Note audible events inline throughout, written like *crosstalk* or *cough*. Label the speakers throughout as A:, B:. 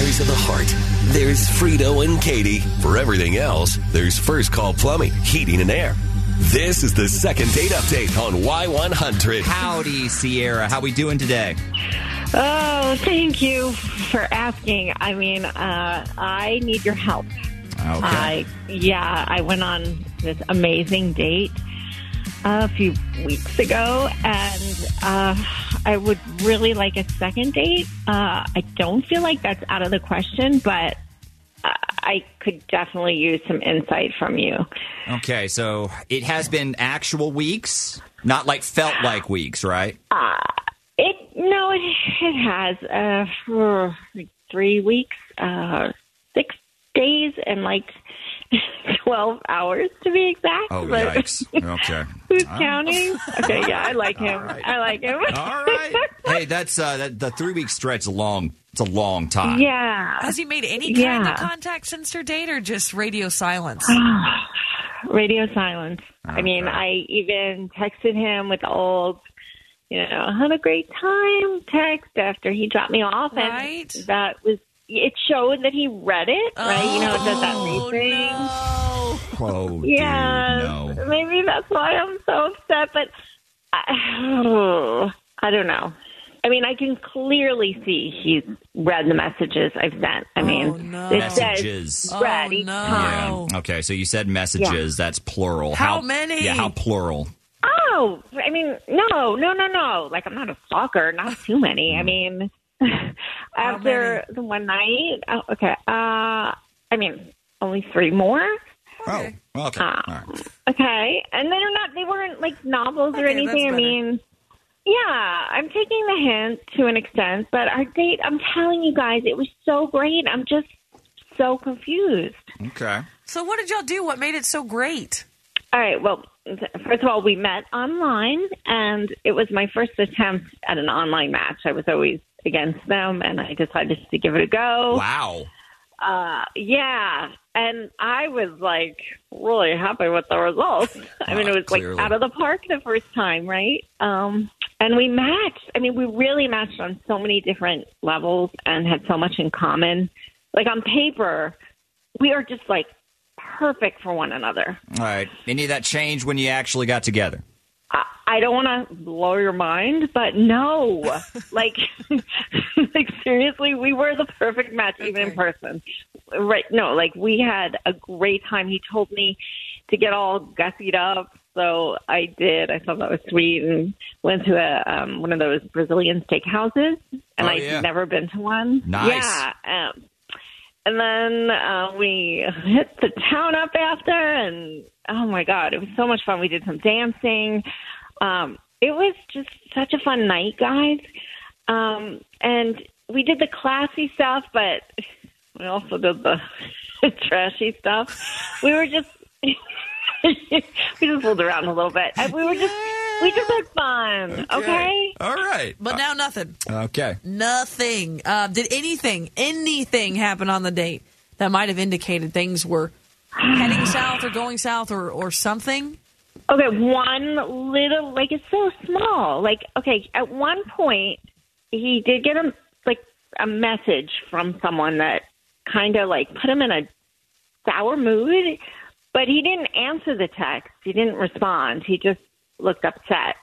A: Report. There's Frito and Katie. For everything else, there's First Call Plumbing, Heating and Air. This is the second date update on Y100.
B: Howdy, Sierra. How we doing today?
C: Oh, thank you for asking. I mean, uh, I need your help. I yeah, I went on this amazing date a few weeks ago, and uh, I would really like a second date. Uh, I don't feel like that's out of the question, but I- I could definitely use some insight from you.
B: Okay, so it has been actual weeks, not like felt like weeks, right?
C: It no, it, it has uh, for three weeks, uh, six days, and like *laughs* twelve hours to be exact.
B: Oh,
C: but- *laughs*
B: yikes. Okay.
C: Who's
B: All right.
C: counting? Okay, yeah,
B: *laughs*
C: I like him.
B: right.
C: I like him. *laughs*
B: All right. Hey, that's uh, that, the three week stretch. is Long. It's a long time.
C: Yeah,
D: Has he made any kind
C: Yeah.
D: of contact since their date or just radio silence?
C: radio silence. I mean, I even texted him with the old, you know, had a great time text after he dropped me off, and
D: Right.
C: that was it. Showed that he read it, right? you know, it does that
D: Oh,
C: read thing.
D: no.
B: Oh, dude,
C: Yeah,
B: no.
C: maybe that's why I'm so upset. But I, *sighs* I don't know. I mean, I can clearly see he's read the messages I've sent. I mean,
D: Oh, no.
C: it
B: Messages.
C: says read
D: Oh,
C: each
D: no.
C: time.
D: Oh.
B: Yeah. Okay, so you said messages. That's plural.
D: How many?
B: Yeah, how plural.
C: Oh, I mean, no, no, no, no. Like, I'm not a stalker. Not too many. I mean, after the one night. Oh, okay. Uh, I mean, only three more.
D: Okay.
B: Oh, okay.
C: Ah.
B: All right.
C: Okay, and they're not. They weren't like novels or
D: Okay,
C: anything. I
D: that's better.
C: mean, yeah, I'm taking the hint to an extent, but our date. I'm telling you guys, it was so great. I'm just so confused.
B: Okay.
D: So what did y'all do? What made it so great?
C: All right. Well, th- first of all, we met online, and it was my first attempt at an online match. I was always against them, and I decided to give it a go.
B: Wow.
C: Uh, yeah. And I was like really happy with the results. *laughs* I mean, it
B: Ah,
C: was
B: clearly.
C: like out of the park the first time, right? Um, and we matched. I mean, we really matched on so many different levels and had so much in common. Like on paper, we are just like perfect for one another.
B: All right. Any of that change when you actually got together?
C: I, I don't want to blow your mind,
B: *laughs*
C: but no, like, *laughs* like seriously, we were the perfect match even in
D: Okay.
C: person. Right? No, like we had a great time. He told me to get all gussied up, so I did. I thought that was sweet, and went to a um, one of those Brazilian steakhouses, and
B: Oh,
C: I'd
B: yeah.
C: never been to one.
B: Nice.
C: Yeah. Um, and then uh, we hit the town up after, and oh my god, it was so much fun. We did some dancing. Um, it was just such a fun night, guys. Um, and we did the classy stuff, but we also did the *laughs* trashy stuff. We were just *laughs* we just fooled around a little bit. And We were just we just had fun. Okay.
B: All right.
D: But now nothing.
B: Okay.
D: Nothing. Uh, did anything, anything happen on the date that might have indicated things were heading south or going south or, or something?
C: Okay, one little like it's so small. Like okay, at one point he did get a like a message from someone that kind of like put him in a sour mood, but he didn't answer the text. He didn't respond. He just looked upset.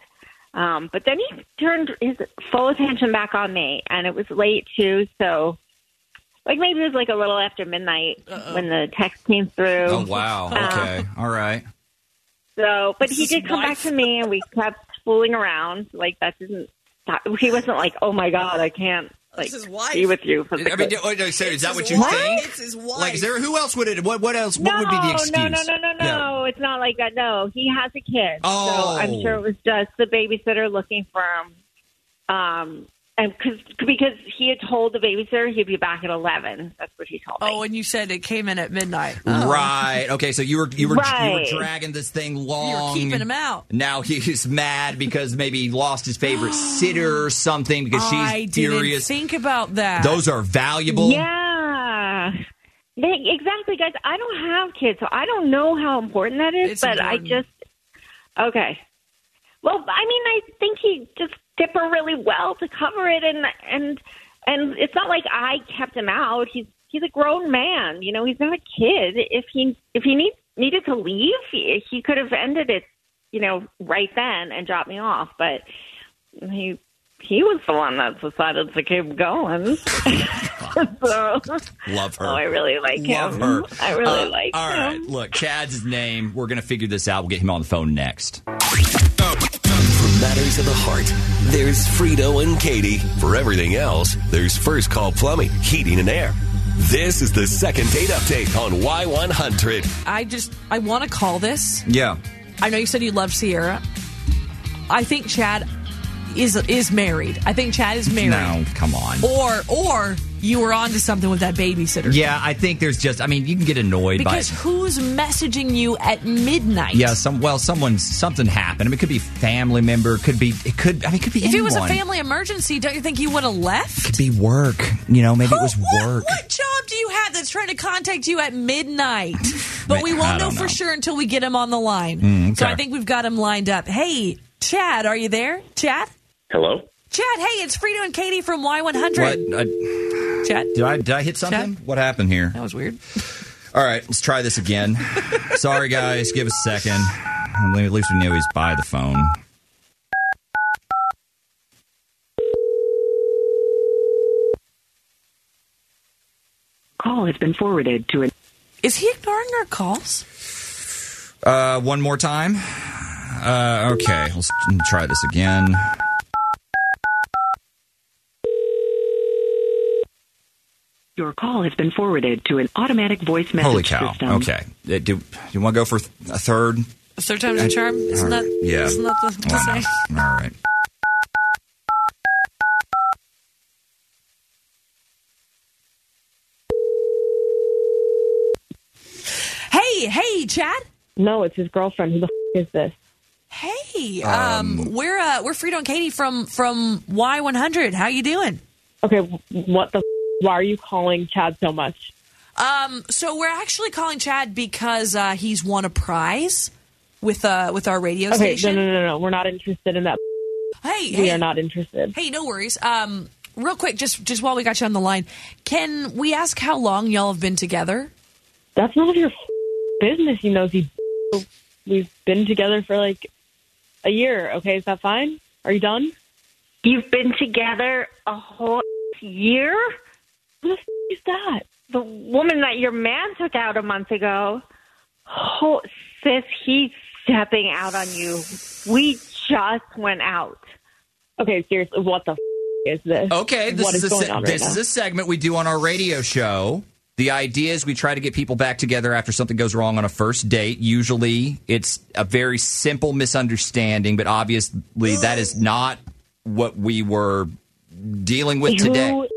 C: Um, but then he turned his full attention back on me, and it was late too. So, like maybe it was like a little after midnight when the text came through.
B: Oh wow. Okay. All right.
C: So, but he
D: This
C: did
D: is
C: come back
D: life.
C: to me, and we kept fooling around. Like that didn't. Stop. He wasn't like, "Oh my god, I can't like
D: This is life.
C: be with you."
B: *laughs*
C: For
B: I
C: six
B: mean,
C: weeks."
B: wait, no, so is that what you think?
D: It's his
B: Like, is there who else would it? What? What else?
C: no,
B: what would be the excuse?
C: no, no, no, no, no, It's not like that. No, he has a kid,
B: Oh.
C: so I'm sure it was just the babysitter looking for him. Um, and because because he had told the babysitter he'd be back at eleven. That's what he told me.
D: Oh, and you said it came in at midnight. Oh.
B: Right. Okay. So you were you were
C: Right.
B: you were dragging this thing
D: You were
B: long.
D: keeping him out.
B: Now he's mad because maybe he lost his favorite sitter or something because she's
D: I didn't
B: furious.
D: think about that.
B: Those are valuable.
C: Yeah. They, exactly, guys. I don't have kids, so I don't know how important that is,
D: It's
C: but
D: important.
C: I just. Okay. Well, I mean, I think he just did her really well to cover it, and and and it's not like I kept him out. He's he's a grown man. You know, he's not a kid. If he if he need, needed to leave, he, he could have ended it, you know, right then and dropped me off. But he he was the one that decided to keep going. *laughs* so,
B: Love her.
C: oh, I really like
B: Love
C: him.
B: her.
C: I really
B: Uh,
C: like
B: All
C: him.
B: right, look, Chad's his name. We're going to figure this out. We'll get him on the phone next.
A: For matters of the heart, there's Frito and Katie. For everything else, there's First Call Plumbing, Heating and Air. This is the second date update on Y100.
D: I just I want to call this.
B: Yeah.
D: I know you said you love Sierra. I think Chad is is married. I think Chad is married.
B: No, come on.
D: Or or you were onto something with that babysitter.
B: Yeah, I think there's just. I mean, you can get annoyed
D: Because
B: by. it.
D: who's messaging you at midnight?
B: Yeah, some well, someone something happened. I mean, it could be family member, it could be it could I mean, it could be
D: If it was a
B: anyone.
D: family emergency, don't you think you would have left?
B: could be work. You know, maybe it was
D: Who- what,
B: work.
D: What job do you have that's trying to contact you at midnight? But we
B: I
D: won't know
B: don't
D: for
B: know. Mm,
D: sure until we get him on the line. So
B: okay.
D: I think we've got him lined up. Hey, Chad, are you there? Chad?
E: Hello?
D: Chad, hey, it's Frito and Katie from
B: What?
D: Y100.
B: I,
D: Chad?
B: did I did I hit something? What happened here?
D: That was weird.
B: All right, let's try this
D: *laughs*
B: again. Sorry, guys, give us a second. At least we knew he's by the phone.
F: Call has been forwarded to an.
D: Is he ignoring our calls?
B: Uh, one more time. Uh, okay, let's try this again.
F: Your call has been forwarded to an automatic voice message
B: Holy cow!
F: system.
B: Okay, Uh, do, do you want to go for th- a third?
D: Third time's a charm. Isn't that,
B: Yeah.
D: isn't that the, the
B: Why
D: saying?
B: not? All right.
D: Hey, hey, Chad.
G: No, it's his girlfriend. Who the f- is this?
D: Hey, um, we're uh, we're Frito and Katie from from Y100. How you doing?
G: Okay, wh- what the? F- why are you calling Chad so much?
D: Um, so we're actually calling Chad because uh, he's won a prize with uh with our radio
G: Okay, no,
D: station.
G: no, no, no. We're not interested in that.
D: Hey,
G: We
D: hey,
G: are not interested.
D: hey, no worries. Um, real quick, just just while we got you on the line, can we ask how long y'all have been together?
G: That's none of your f- business. You know, he. We've been together for like a year. Okay, is that fine? Are you done?
C: You've been together a whole year?
G: Who the f- is that?
C: The woman that your man took out a month ago. Oh, sis, he's stepping out on you. We just went out.
G: Okay, seriously, what the f- is this?
B: Okay, this
G: What
B: is,
G: is
B: a
G: going
B: se-
G: on right
B: this
G: now?
B: is a segment we do on our radio show. The idea is we try to get people back together after something goes wrong on a first date. Usually, it's a very simple misunderstanding, but obviously, that is not what we were dealing with today.
G: Who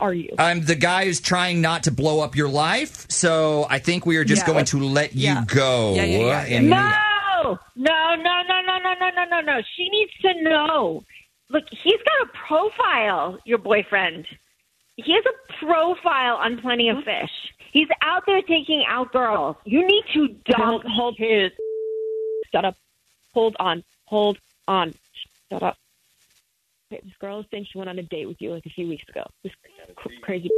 G: are you?
B: I'm the guy who's trying not to blow up your life, so I think we are just
D: Yeah.
B: going to let you
D: Yeah.
B: go.
D: Yeah, yeah, yeah, yeah.
B: And-
C: No, no, no, no, no, no, no, no, no, no. She needs to know. Look, he's got a profile, your boyfriend. He has a profile on Plenty of Fish. He's out there taking out girls. You need to dump
G: Don't hold his. Shut up. Hold on. Hold on. Shut up. Okay, this girl is saying she went on a date with you like a few weeks ago. This cr- crazy.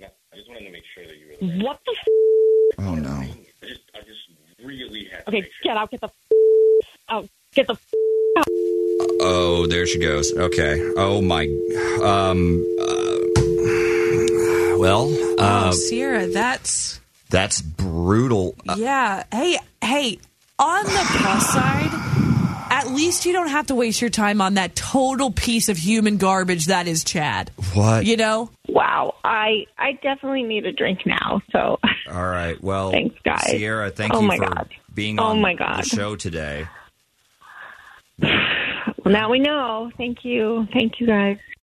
H: No, I just wanted to make sure that you were the
G: What the? F-
B: Oh no!
H: I just, I just really had to
G: okay,
H: make sure.
G: get out. Get the f- out. Get the. F-
B: Oh, there she goes. Okay. Oh my. Um. Uh, well,
D: oh,
B: uh,
D: Sierra, that's
B: that's brutal. Uh,
D: yeah. Hey, hey. On the plus side, at least you don't have to waste your time on that total piece of human garbage that is Chad.
B: what?
D: You know.
C: Wow, I I definitely need a drink now. So *laughs*
B: All right. Well,
C: Thanks, guys.
B: Sierra, thank
C: Oh
B: you
C: my
B: for
C: God.
B: being
C: Oh
B: on
C: my
B: the
C: God.
B: show today.
C: well, now we know. Thank you, thank you guys.